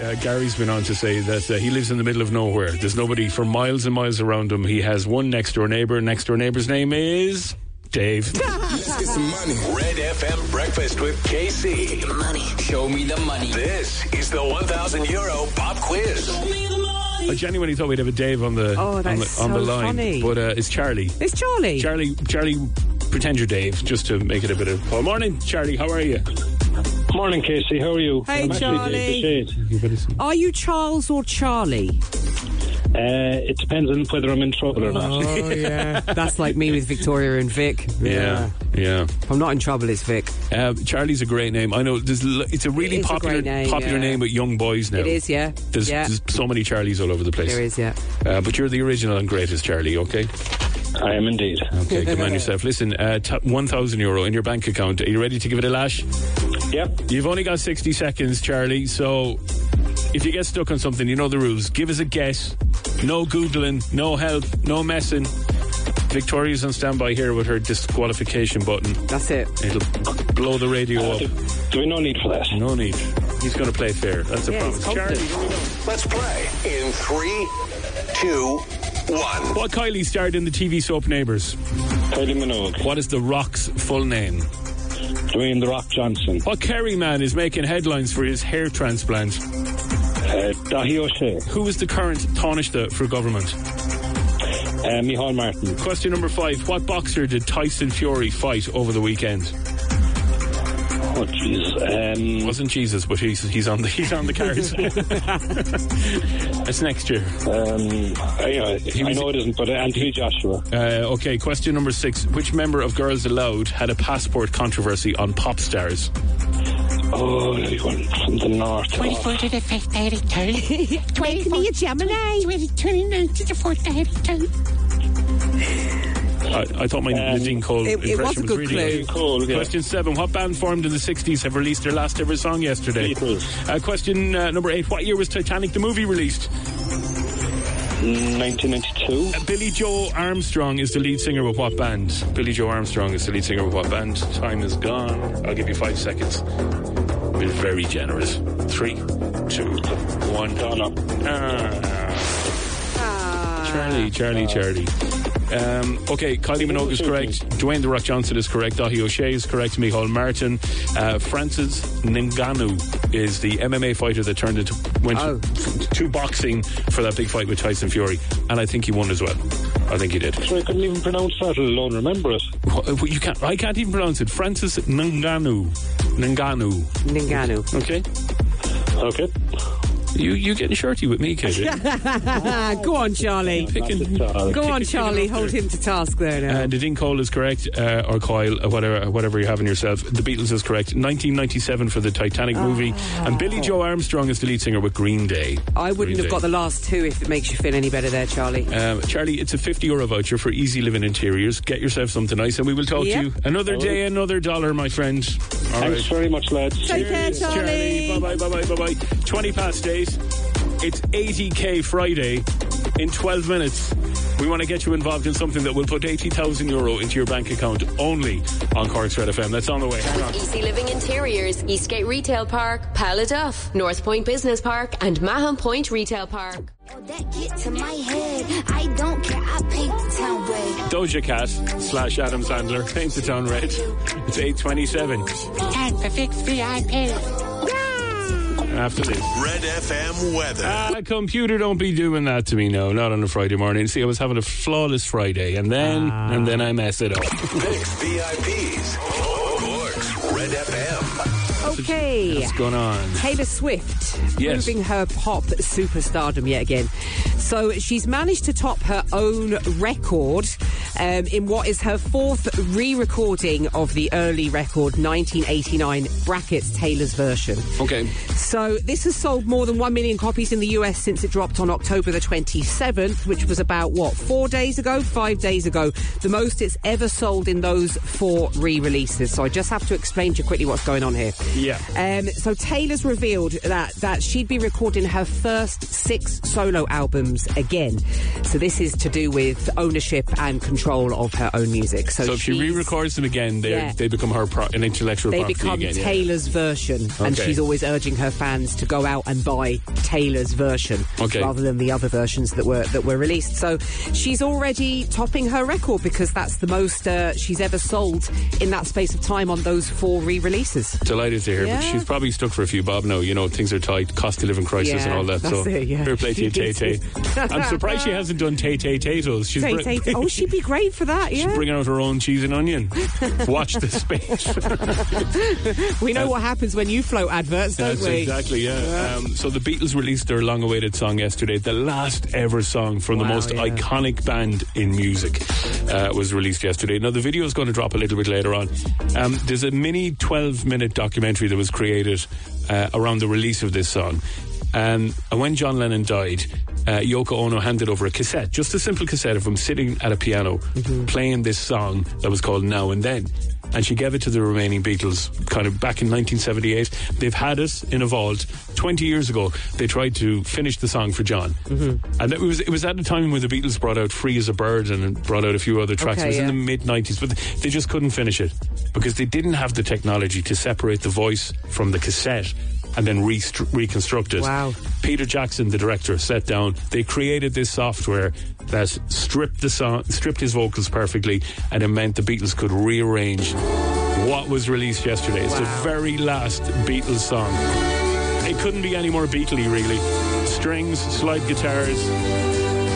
Speaker 1: Uh, Gary's been on to say that uh, he lives in the middle of nowhere. There's nobody for miles and miles around him. He has one next door neighbor. Next door neighbor's name is Dave.
Speaker 2: Let's get some money. Red FM Breakfast with KC. The money. Show me the money. This is the 1,000 euro pop quiz.
Speaker 1: I genuinely thought we'd have a Dave on the on
Speaker 3: Oh,
Speaker 1: the,
Speaker 3: that's
Speaker 1: on the
Speaker 3: so
Speaker 1: line,
Speaker 3: funny.
Speaker 1: but uh, it's Charlie.
Speaker 3: It's Charlie.
Speaker 1: Charlie, Charlie, pretend you're Dave just to make it a bit of. Well, morning, Charlie. How are you?
Speaker 15: Morning, Casey. How are you?
Speaker 3: Hey,
Speaker 15: I'm actually
Speaker 3: Charlie.
Speaker 15: Dave the Shade.
Speaker 3: Are you Charles or Charlie?
Speaker 15: Uh, it depends on whether I'm in trouble or not.
Speaker 3: Oh, yeah. That's like me with Victoria and Vic.
Speaker 1: Yeah, yeah.
Speaker 3: I'm not in trouble, it's Vic.
Speaker 1: Uh, Charlie's a great name. I know there's, l- it's a really
Speaker 3: It is a
Speaker 1: popular
Speaker 3: great name,
Speaker 1: popular
Speaker 3: yeah.
Speaker 1: name with young boys now.
Speaker 3: It is, yeah.
Speaker 1: There's,
Speaker 3: yeah.
Speaker 1: there's so many Charlies all over the place.
Speaker 3: There is, yeah.
Speaker 1: Uh, but you're the original and greatest Charlie, okay?
Speaker 15: I am indeed.
Speaker 1: Okay, come on yourself. Listen, uh, t- 1,000 euro in your bank account. Are you ready to give it a lash?
Speaker 15: Yep.
Speaker 1: You've only got 60 seconds, Charlie. So if you get stuck on something, you know the rules. Give us a guess. No Googling, no help, no messing. Victoria's on standby here with her disqualification button.
Speaker 3: That's it.
Speaker 1: It'll blow the radio up.
Speaker 15: Do we no need for that?
Speaker 1: No need. He's going to play fair. That's a
Speaker 2: Yeah, he's
Speaker 1: promise. Charlie, here we go.
Speaker 2: Let's play in three, two, one.
Speaker 1: What Kylie starred in the TV soap Neighbours?
Speaker 15: Kylie Minogue.
Speaker 1: What is The Rock's full name?
Speaker 15: Dwayne The Rock Johnson.
Speaker 1: What Kerry man is making headlines for his hair transplant?
Speaker 15: Uh, Dahi O'Shea.
Speaker 1: Who is the current Taoiseach for government?
Speaker 15: Uh, Michal Martin.
Speaker 1: Question number five. What boxer did Tyson Fury fight over the weekend?
Speaker 15: Oh, jeez. Um,
Speaker 1: Wasn't Jesus, but he's, he's on the he's on the cards. That's next year.
Speaker 15: Um, I, I know it isn't, but Anthony Joshua.
Speaker 1: Uh, okay, question number six. Which member of Girls Aloud had a passport controversy on pop stars?
Speaker 15: Oh, he went from the north. Oh,
Speaker 8: 24 to the 5th day of 24
Speaker 3: me a Gemini.
Speaker 8: 20, 29 to the 4th day of
Speaker 1: I, I thought my Nadine Cole
Speaker 3: Um, it- it
Speaker 1: impression
Speaker 3: was a good
Speaker 1: really
Speaker 3: clue.
Speaker 1: good.
Speaker 3: Nadine
Speaker 15: Cole, yeah.
Speaker 1: Question seven. What band formed in the 60s have released their last ever song yesterday?
Speaker 15: Beatles.
Speaker 1: Uh, question uh, number eight. What year was Titanic the movie released?
Speaker 15: Mm,
Speaker 1: Uh,
Speaker 15: 1992.
Speaker 1: Billy Joe Armstrong is the lead singer with what band? Billy Joe Armstrong is the lead singer with what band? Time is gone. I'll give you five seconds. We're very generous. Three, two, one.
Speaker 15: Donna.
Speaker 1: Ah. Charlie, Charlie, Charlie. Um, okay, Kylie Minogue is correct. Dwayne The Rock Johnson is correct. Dahi O'Shea is correct. Michal Martin. Uh, Francis Ngannou is the MMA fighter that turned into went
Speaker 3: Oh.
Speaker 1: to boxing for that big fight with Tyson Fury. And I think he won as well. I think he did.
Speaker 15: So I couldn't even pronounce that, let alone remember it.
Speaker 1: Wha- uh, You can't, I can't even pronounce it. Francis Ngannou. Ngannou.
Speaker 3: Ngannou.
Speaker 1: Okay.
Speaker 15: Okay.
Speaker 1: You you getting shirty with me, Katie?
Speaker 3: Ah, Go on, Charlie.
Speaker 1: Picking-
Speaker 3: Go on,
Speaker 1: picking
Speaker 3: Charlie.
Speaker 1: up there.
Speaker 3: Hold him to task there now.
Speaker 1: Uh, Nadine Cole is correct, uh, or Coyle, uh, whatever, whatever you have in yourself. The Beatles is correct. 1997 for the Titanic
Speaker 3: Ah.
Speaker 1: movie, and Billy Joe Armstrong is the lead singer with Green Day.
Speaker 3: I wouldn't
Speaker 1: Green
Speaker 3: have
Speaker 1: Day.
Speaker 3: got the last two if it makes you feel any better there, Charlie.
Speaker 1: Um, Charlie, it's a 50 euro voucher for Easy Living Interiors. Get yourself something nice, and we will talk
Speaker 3: Yep.
Speaker 1: to you another day, another dollar, my friend. All right.
Speaker 15: Thanks very much, lads.
Speaker 3: Take care, Charlie.
Speaker 1: Bye bye, bye bye, bye bye. 20 past eight. It's 80k Friday in 12 minutes. We want to get you involved in something that will put 80,000 euro into your bank account only on Cork's Red FM. That's on the way. Hang on.
Speaker 13: Easy E Living Interiors, Eastgate Retail Park, Paladuff, North Point Business Park, and Mahon Point Retail Park.
Speaker 16: That get to my head. I don't care. I paint the town red.
Speaker 1: Doja Cat slash Adam Sandler paints the town red. It's 827
Speaker 17: Time for fix VIP.
Speaker 1: after this.
Speaker 2: Red FM weather.
Speaker 1: Ah, computer, don't be doing that to me. No, not on a Friday morning. See, I was having a flawless Friday, and then
Speaker 17: Ah.
Speaker 1: and then I mess it up.
Speaker 2: Mix VIPs. Cork's Red FM.
Speaker 3: Okay.
Speaker 1: What's going on?
Speaker 3: Taylor Swift
Speaker 1: Yes.
Speaker 3: proving her pop superstardom yet again. So she's managed to top her own record um, in what is her fourth re-recording of the early record 1989 brackets Taylor's version.
Speaker 1: Okay.
Speaker 3: So this has sold more than 1 million copies in the US since it dropped on October the 27th, which was about what, 4 days ago, 5 days ago, the most it's ever sold in those four re-releases. So I just have to explain to you quickly what's going on here.
Speaker 1: Yeah.
Speaker 3: Um, so Taylor's revealed that that she'd be recording her first six solo albums again. So this is to do with ownership and control of her own music. So,
Speaker 1: So if she
Speaker 3: she's-
Speaker 1: re-records them again, they
Speaker 3: Yeah.
Speaker 1: they become her pro- an intellectual
Speaker 3: they
Speaker 1: property
Speaker 3: become
Speaker 1: again. yeah.
Speaker 3: Taylor's version, and
Speaker 1: Okay.
Speaker 3: she's always urging her fans to go out and buy Taylor's version
Speaker 1: Okay.
Speaker 3: rather than the other versions that were that were released. So she's already topping her record because that's the most uh, she's ever sold in that space of time on those four re-releases.
Speaker 1: Delighted to hear,
Speaker 3: Yeah.
Speaker 1: but she's probably stuck for a few bob now. You know, things are tight, cost of living crisis,
Speaker 3: Yeah,
Speaker 1: and all that.
Speaker 3: that's
Speaker 1: so,
Speaker 3: it, yeah.
Speaker 1: fair play to you, Tay Tay. I'm surprised she hasn't done Tay Tay Tatoes. She's
Speaker 3: Tay-
Speaker 1: br-
Speaker 3: Tay- oh, she'd be great for that.
Speaker 1: she's
Speaker 3: Yeah,
Speaker 1: bringing out her own cheese and onion. Watch the space.
Speaker 3: we know what happens when you float adverts, don't
Speaker 1: uh, That's
Speaker 3: we?
Speaker 1: exactly, yeah. Um, so the Beatles released their long-awaited song yesterday. The last ever song from the
Speaker 3: Wow,
Speaker 1: most
Speaker 3: yeah.
Speaker 1: iconic band in music uh, was released yesterday. Now the video is going to drop a little bit later on. Um, there's a mini 12-minute documentary that was created uh, around the release of this song. Um, and when John Lennon died, uh, Yoko Ono handed over a cassette, just a simple cassette of him sitting at a piano
Speaker 3: Mm-hmm.
Speaker 1: playing this song that was called Now and Then. And she gave it to the remaining Beatles kind of back in 1978. They've had it in a vault. 20 years ago, they tried to finish the song for John.
Speaker 3: Mm-hmm.
Speaker 1: And it was, it was at a time when the Beatles brought out Free as a Bird and brought out a few other tracks.
Speaker 3: Okay,
Speaker 1: it was in
Speaker 3: yeah.
Speaker 1: the mid 90s, but they just couldn't finish it because they didn't have the technology to separate the voice from the cassette and then restru- reconstruct it.
Speaker 3: Wow.
Speaker 1: Peter Jackson, the director, sat down. They created this software that stripped the song, stripped his vocals perfectly, and it meant the Beatles could rearrange what was released yesterday. It's
Speaker 3: Wow.
Speaker 1: the very last Beatles song. It couldn't be any more Beatley, really. Strings, slide guitars.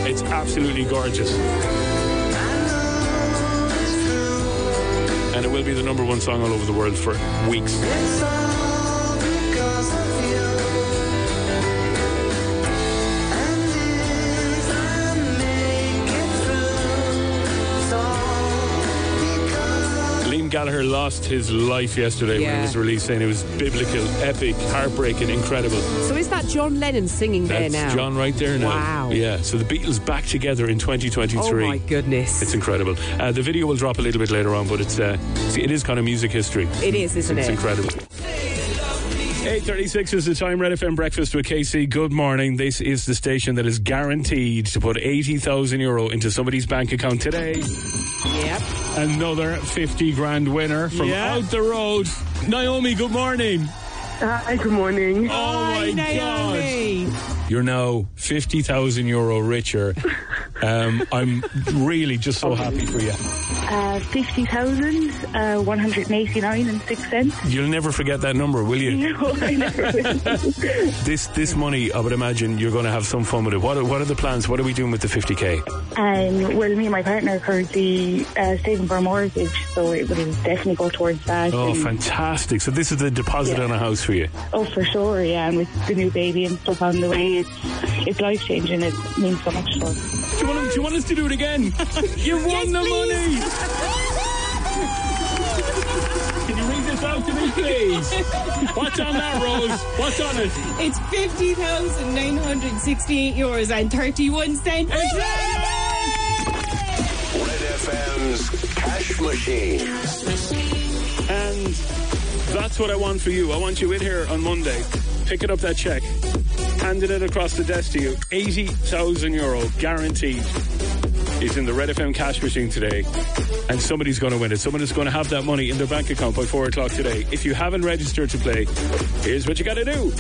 Speaker 1: It's absolutely gorgeous. And it will be the number one song all over the world for weeks. Liam Gallagher lost his life yesterday when
Speaker 3: Yeah.
Speaker 1: it was released, saying it was biblical, epic, heartbreaking, incredible.
Speaker 3: So is that John Lennon singing
Speaker 1: That's
Speaker 3: there now?
Speaker 1: John right there now.
Speaker 3: Wow.
Speaker 1: Yeah, so the Beatles back together in 2023.
Speaker 3: Oh my goodness.
Speaker 1: It's incredible. Uh, the video will drop a little bit later on, but it's uh, see, it is kind of music history.
Speaker 3: It is, isn't
Speaker 1: it's
Speaker 3: it?
Speaker 1: incredible. 8.36 is the time, Red FM Breakfast with KC. Good morning. This is the station that is guaranteed to put 80,000 euro into somebody's bank account today.
Speaker 3: Yep.
Speaker 1: Another 50 grand winner from
Speaker 3: Yeah.
Speaker 1: out the road. Naomi, good morning.
Speaker 7: Hi, good Uh, morning.
Speaker 1: Oh my
Speaker 3: Naomi.
Speaker 1: God. You're now fifty thousand euro richer. Um, I'm really just so happy for you.
Speaker 7: Uh, 50,000, uh, 189 and 6 cents.
Speaker 1: You'll never forget that number, will you?
Speaker 7: No, I never will.
Speaker 1: This this money, I would imagine you're going to have some fun with it. What are, what are the plans? What are we doing with the 50k?
Speaker 7: Um, well, me and my partner currently uh, saving for a mortgage, so it would definitely go towards that.
Speaker 1: Oh,
Speaker 7: and-
Speaker 1: fantastic! So this is the deposit
Speaker 7: Yeah.
Speaker 1: on a house for you.
Speaker 7: Oh, for sure, yeah. And with the new baby and stuff on the way, it's, it's life changing. It means so much to us.
Speaker 1: Do you want, do you want us to do it again? You won the money. Can you read this out to me, please? What's on that, Rose? What's on it?
Speaker 18: It's 50,968 euros and 31 cents.
Speaker 2: Red FM's Cash Machine.
Speaker 1: And that's what I want for you. I want you in here on Monday, picking up that check, handing it across the desk to you. 80,000 euro guaranteed is in the Red FM cash machine today. And somebody's going to win it. Someone is going to have that money in their bank account by four o'clock today. If you haven't registered to play, here's what you got to do.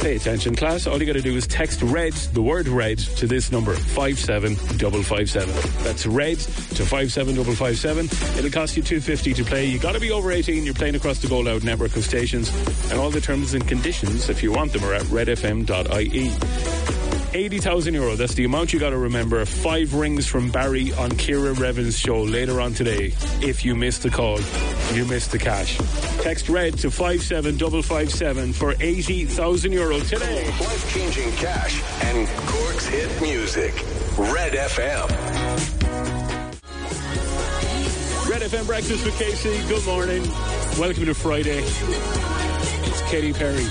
Speaker 1: Pay attention, class. All you got to do is text red, the word red, to this number, 57557. That's red to 57557. It'll cost you 250 to play. you got to be over 18. You're playing across the Go Loud network of stations. And all the terms and conditions, if you want them, are at redfm.ie. 80,000 euro. That's the amount you got to remember. Five rings from Barry on Kira Revan's show later on today. If you miss the call, you miss the cash. Text red to 57557 for 80,000 euro today.
Speaker 2: Life changing cash and Cork's hit music. Red FM.
Speaker 1: Red FM Breakfast with Casey. Good morning. Welcome to Friday. It's Katy Perry.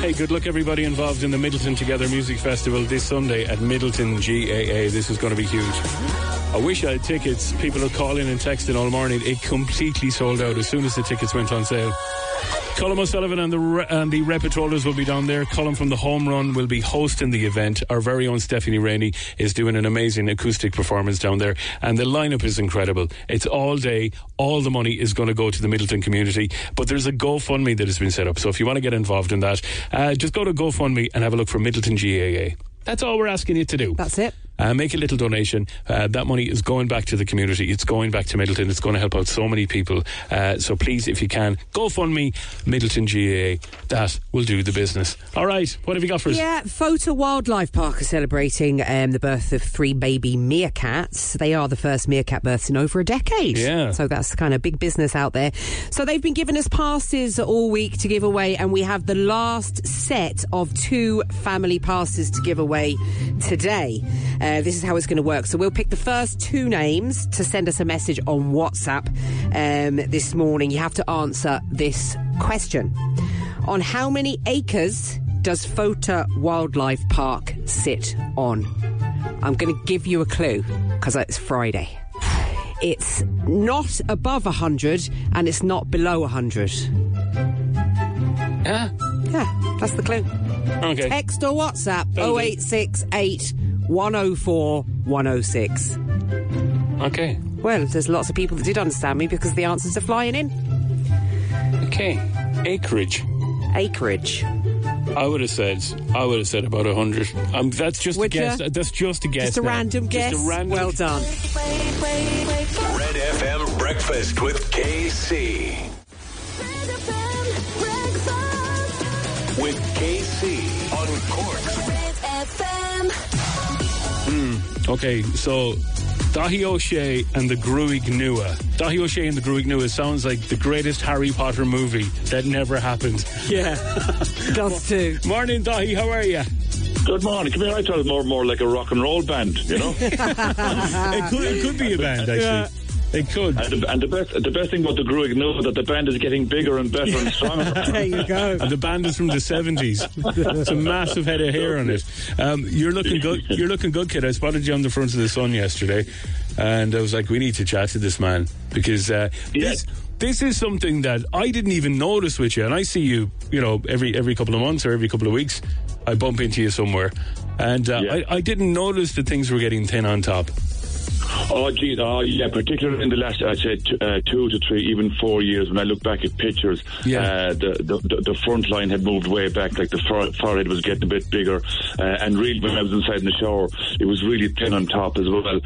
Speaker 1: Hey, good luck everybody involved in the Middleton Together Music Festival this Sunday at Middleton GAA. This is going to be huge. I wish I had tickets. People are calling and texting all morning. It completely sold out as soon as the tickets went on sale. Colin O'Sullivan and the re- and the Repetrollers will be down there. Colin from the Home Run will be hosting the event. Our very own Stephanie Rainey is doing an amazing acoustic performance down there, and the lineup is incredible. It's all day. All the money is going to go to the Middleton community, but there's a GoFundMe that has been set up. So if you want to get involved in that, uh, just go to GoFundMe and have a look for Middleton GAA. That's all we're asking you to do.
Speaker 3: That's it.
Speaker 1: Uh, make a little donation. Uh, that money is going back to the community. It's going back to Middleton. It's going to help out so many people. Uh, so please, if you can, go fund me, Middleton GAA. That will do the business. All right. What have you got for us?
Speaker 3: Yeah, Photo Wildlife Park are celebrating um, the birth of three baby meerkats. They are the first meerkat births in over a decade.
Speaker 1: Yeah.
Speaker 3: So that's the kind of big business out there. So they've been giving us passes all week to give away, and we have the last set of two family passes to give away today. Uh, this is how it's going to work. So we'll pick the first two names to send us a message on WhatsApp um, this morning. You have to answer this question on how many acres does Fota Wildlife Park sit on? I'm going to give you a clue because it's Friday. It's not above 100 and it's not below 100.
Speaker 1: Yeah.
Speaker 3: Yeah, that's the clue.
Speaker 1: Okay.
Speaker 3: Text or WhatsApp
Speaker 1: That'll do.
Speaker 3: 0868 104 106.
Speaker 1: Okay.
Speaker 3: Well, there's lots of people that did understand me because the answers are flying in.
Speaker 1: Okay. Acreage.
Speaker 3: Acreage.
Speaker 1: I would have said. I would have said about hundred. Um, that's just
Speaker 3: Would
Speaker 1: a guess.
Speaker 3: ya?
Speaker 1: That's just a guess.
Speaker 3: Just a
Speaker 1: now.
Speaker 3: random
Speaker 1: Just
Speaker 3: guess.
Speaker 1: a random-
Speaker 3: well done.
Speaker 2: Red FM Breakfast with KC. With KC on Cork's
Speaker 1: Okay, so Dahi O'Shea and the Gruig Nua. Dahi O'Shea and the Gruig Nua sounds like the greatest Harry Potter movie that never happened. Yeah.
Speaker 3: Does too.
Speaker 1: Morning, Dahi. How are you?
Speaker 15: Good morning. Come here. I thought it was more, more like a rock and roll band, you know?
Speaker 1: it, could, it could be a band, actually.
Speaker 15: Yeah.
Speaker 1: It could.
Speaker 15: And the, and the best the best thing about the Gruig now is that the band is getting bigger and better and stronger.
Speaker 3: There you go.
Speaker 1: And the band is from the seventies. It's a massive head of hair on it. Um, you're looking good. You're looking good, kid. I spotted you on the front of the sun yesterday, and I was like, we need to chat to this man because uh, this this is something that I didn't even notice with you. And I see you, you know, every every couple of months or every couple of weeks, I bump into you somewhere, and uh, I, I didn't notice that things were getting thin on top.
Speaker 15: Oh, geez. Oh, yeah. Particularly in the last, I'd say, t- uh, two to three, even four years, when I look back at pictures,
Speaker 1: Yeah.
Speaker 15: uh, the, the, the the front line had moved way back. Like the fore- forehead was getting a bit bigger. Uh, and really, when I was inside in the shower, it was really thin on top as well.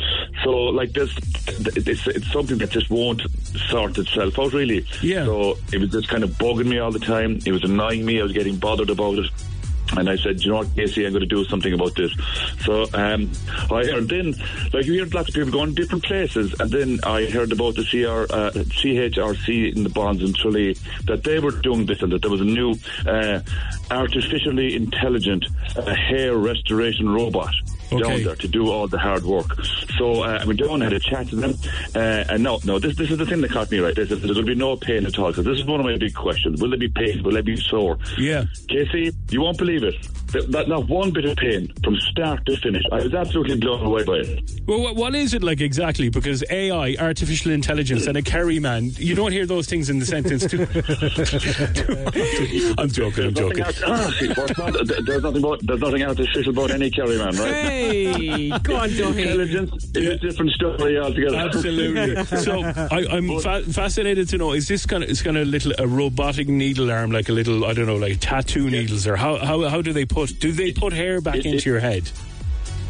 Speaker 15: So, like, this, it's, it's something that just won't sort itself out, really. Yeah. So it was just kind of bugging me all the time. It was annoying me. I was getting bothered about it. And I said, "Do you know what, Casey, I'm going to do something about this. So um, I heard then, like you hear lots of people going different places, and then I heard about the CR, uh, CHRC in the Bonds in Tralee that they were doing this and that there was a new uh, artificially intelligent uh, hair restoration robot down there to do all the hard work. So uh, we John had a chat to them, uh, and no, no, this this is the thing that caught me right. They said there's going to be no pain at all. So this is one of my big questions: Will there be pain? Will there be sore?
Speaker 1: Yeah.
Speaker 15: Casey, you won't believe it. Th- That not one bit of pain from start to finish. I was absolutely blown away by it.
Speaker 1: Well, what, what is it like exactly? Because AI, artificial intelligence, and a carry man, you don't hear those things in the sentence too. I'm joking, I'm
Speaker 15: Nothing
Speaker 1: joking.
Speaker 15: else- honestly, what's not- th- there's nothing about there's nothing artificial about any carry man, right?
Speaker 3: Hey, go on, Duffy.
Speaker 15: Intelligence is a different story altogether.
Speaker 1: Absolutely. So I, I'm fa- fascinated to know is this kind of it's kind of little a robotic needle arm like a little I don't know like tattoo needles or how how, how do they put do they put hair back
Speaker 15: It-
Speaker 1: into
Speaker 15: it-
Speaker 1: your head?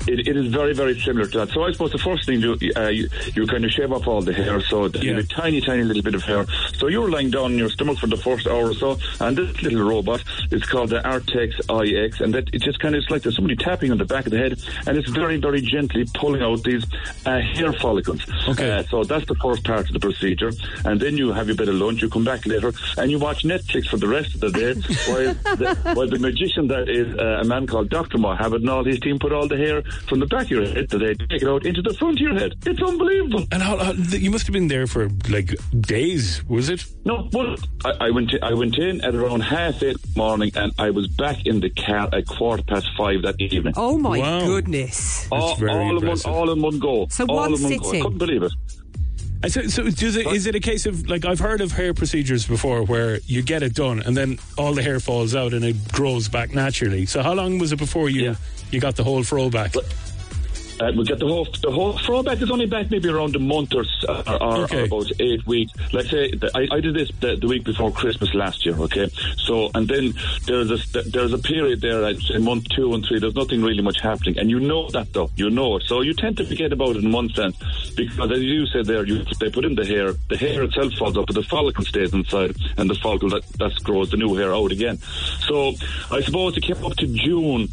Speaker 15: It, it is very, very similar to that. So I suppose the first thing you do, uh, you, you kind of shave off all the hair, so you have a tiny, tiny little bit of hair. So you're lying down on your stomach for the first hour or so, and this little robot is called the Artex IX, and that it just kind of it's like there's somebody tapping on the back of the head, and it's very, very gently pulling out these uh, hair follicles. Okay. Uh, so that's the first part of the procedure, and then you have your bit of lunch. You come back later, and you watch Netflix for the rest of the day. while, the, while the magician that is uh, a man called Doctor Mohammed and all his team put all the hair from the back of your head, that they take it out into the front of your head. It's unbelievable.
Speaker 1: And how, how th- you must have been there for like days, was it?
Speaker 15: No, well, I, I went. I went in at around half eight in the morning, and I was back in the car at quarter past five that evening.
Speaker 3: Oh my goodness.
Speaker 15: All, all, in one, all in one go.
Speaker 3: So
Speaker 15: all
Speaker 3: one
Speaker 15: in one Go. I
Speaker 3: sitting.
Speaker 15: couldn't believe it.
Speaker 1: And So, so does it, is it a case of like I've heard of hair procedures before where you get it done and then all the hair falls out and it grows back naturally. So how long was it before you you got the whole fro back?
Speaker 15: Uh, we get the whole the whole throwback is only back maybe around a month or, s- or, or, or about eight weeks. Let's say the, I, I did this the, the week before Christmas last year. Okay, so and then there's a there's a period there I'd say month two and three. There's nothing really much happening, and you know that though. You know it, so you tend to forget about it in one sense because as you said there, you, they put in the hair. The hair itself falls off, but the follicle stays inside, and the follicle that, that grows the new hair out again. So I suppose it came up to June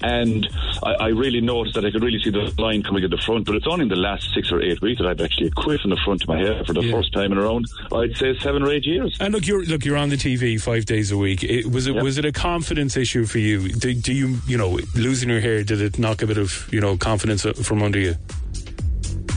Speaker 15: and I, I really noticed that I could really see the line coming at the front, but it's only in the last six or eight weeks that I've actually a quiff in the front of my hair for the first time in around, I'd say seven or eight years.
Speaker 1: And look, you're look, you're on the TV five days a week. It, was it was it a confidence issue for you? Do, do you you know losing your hair? Did it knock a bit of you know confidence uh, from under you?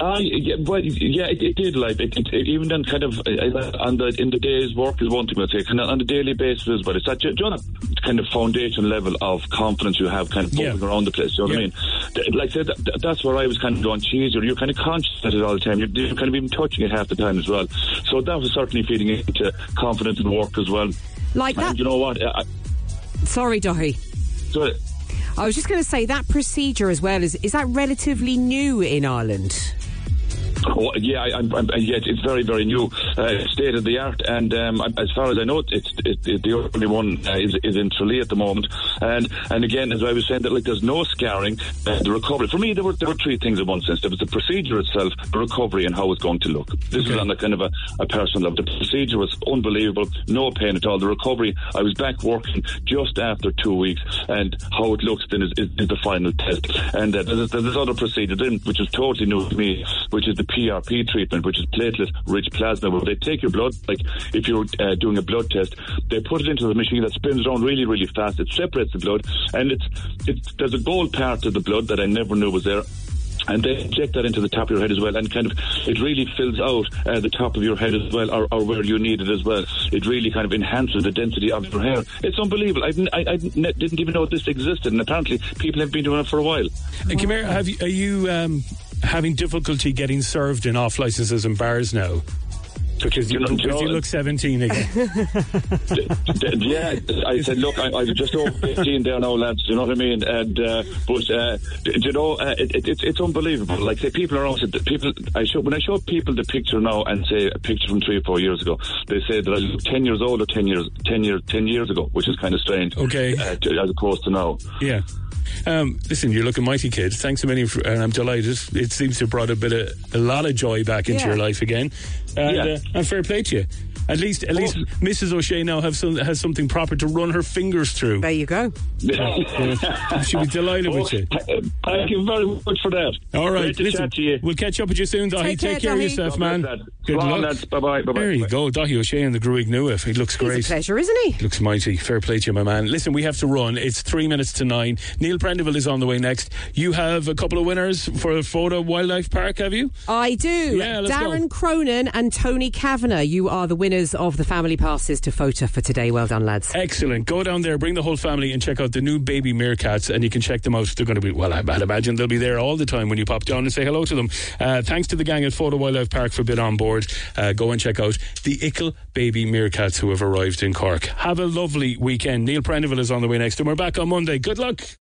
Speaker 15: I, yeah, but yeah, it, it did. Like it, it, even then, kind of uh, on the in the day's work is one thing I'd say, kind of on a daily basis as well. It's that you know, that kind of foundation level of confidence you have, kind of moving around the place. You know what I mean? Th- Like I said, that, that's where I was kind of going. Geez, you're, you're kind of conscious of it all the time. You're, you're kind of even touching it half the time as well. So that was certainly feeding into confidence in work as well.
Speaker 3: Like
Speaker 15: and
Speaker 3: that-
Speaker 15: you know what? I, I,
Speaker 3: Sorry, Doherty.
Speaker 15: so
Speaker 3: I was just going to say that procedure as well is is that relatively new in Ireland?
Speaker 15: Oh, yeah, I, I'm, I'm, yeah, it's very, very new, uh, state of the art, and um, I- as far as I know, it's it, it, the only one uh, is, is in Tralee at the moment. And and again, as I was saying, that like there's no scarring, uh, the recovery. For me, there were there were three things in one sense. There was the procedure itself, the recovery, and how it's going to look. This is on a kind of a, a personal level. The procedure was unbelievable, no pain at all. The recovery, I was back working just after two weeks, and how it looks then is, is, is the final test. And uh, there's, there's this other procedure then, which is totally new to me, which is the PRP treatment, which is platelet-rich plasma, where they take your blood, like if you're uh, doing a blood test, they put it into the machine that spins around really, really fast. It separates the blood, and it's, it's there's a gold part of the blood that I never knew was there. And they inject that into the top of your head as well, and kind of it really fills out uh, the top of your head as well, or, or where you need it as well. It really kind of enhances the density of your hair. It's unbelievable. I've, ni didn't even know this existed, and apparently people have been doing it for a while.
Speaker 1: And Kimera, Uh, have you, are you um, having difficulty getting served in off licenses and bars now? Because you,
Speaker 15: You know-
Speaker 1: because you
Speaker 15: Joe-
Speaker 1: look 17 again.
Speaker 15: D- yeah, I said, look, I, I'm just over 15 there now, lads. You know what I mean? And uh, but uh, d- do you know, uh, it, it, it's it's unbelievable. Like say, people are always people. I show when I show people the picture now and say a picture from three or four years ago, they say that I look 10 years older, 10 years, 10 years, 10 years ago, which is kind of strange.
Speaker 1: Okay.
Speaker 15: uh, t- as opposed to now.
Speaker 1: Yeah. Um, listen, you're looking mighty, kid. Thanks so many, for, and I'm delighted. It seems to have brought a bit of a lot of joy back into
Speaker 15: Yeah.
Speaker 1: your life again. And,
Speaker 15: Yeah.
Speaker 1: uh, and fair play to you. At least, at least, Mrs. O'Shea now have some, has something proper to run her fingers through. There
Speaker 3: you go.
Speaker 1: She'll be delighted with you.
Speaker 15: Thank you very much for that.
Speaker 1: All right,
Speaker 15: Great to
Speaker 1: listen,
Speaker 15: chat to you.
Speaker 1: we'll catch up with you soon, Dahi. Take,
Speaker 15: Take care,
Speaker 1: care of
Speaker 15: Dahi.
Speaker 1: yourself,
Speaker 15: God
Speaker 1: man.
Speaker 15: bless, lads.
Speaker 1: Good
Speaker 15: Go on,
Speaker 1: luck.
Speaker 15: lads. Bye-bye, bye-bye.
Speaker 1: There you go, Dahi O'Shea and the Gruig Nuif. He looks great.
Speaker 3: It's a pleasure, isn't he?
Speaker 1: Looks mighty. Fair play to you, my man. Listen, we have to run. It's three minutes to nine. Neil Prendeville is on the way next. You have a couple of winners for a photo Wildlife Park, have you?
Speaker 3: I do.
Speaker 1: Yeah, let's go.
Speaker 3: Darren Cronin and Tony Kavanagh, you are the winners of the family passes to FOTA for today. Well done, lads.
Speaker 1: Excellent. Go down there, bring the whole family, and check out the new baby meerkats. And you can check them out. They're going to be well. I- I'd imagine they'll be there all the time when you pop down and say hello to them. Uh, thanks to the gang at Photo Wildlife Park for being on board. Uh, go and check out the Ickle baby meerkats who have arrived in Cork. Have a lovely weekend. Neil Prendeville is on the way next, and we're back on Monday. Good luck.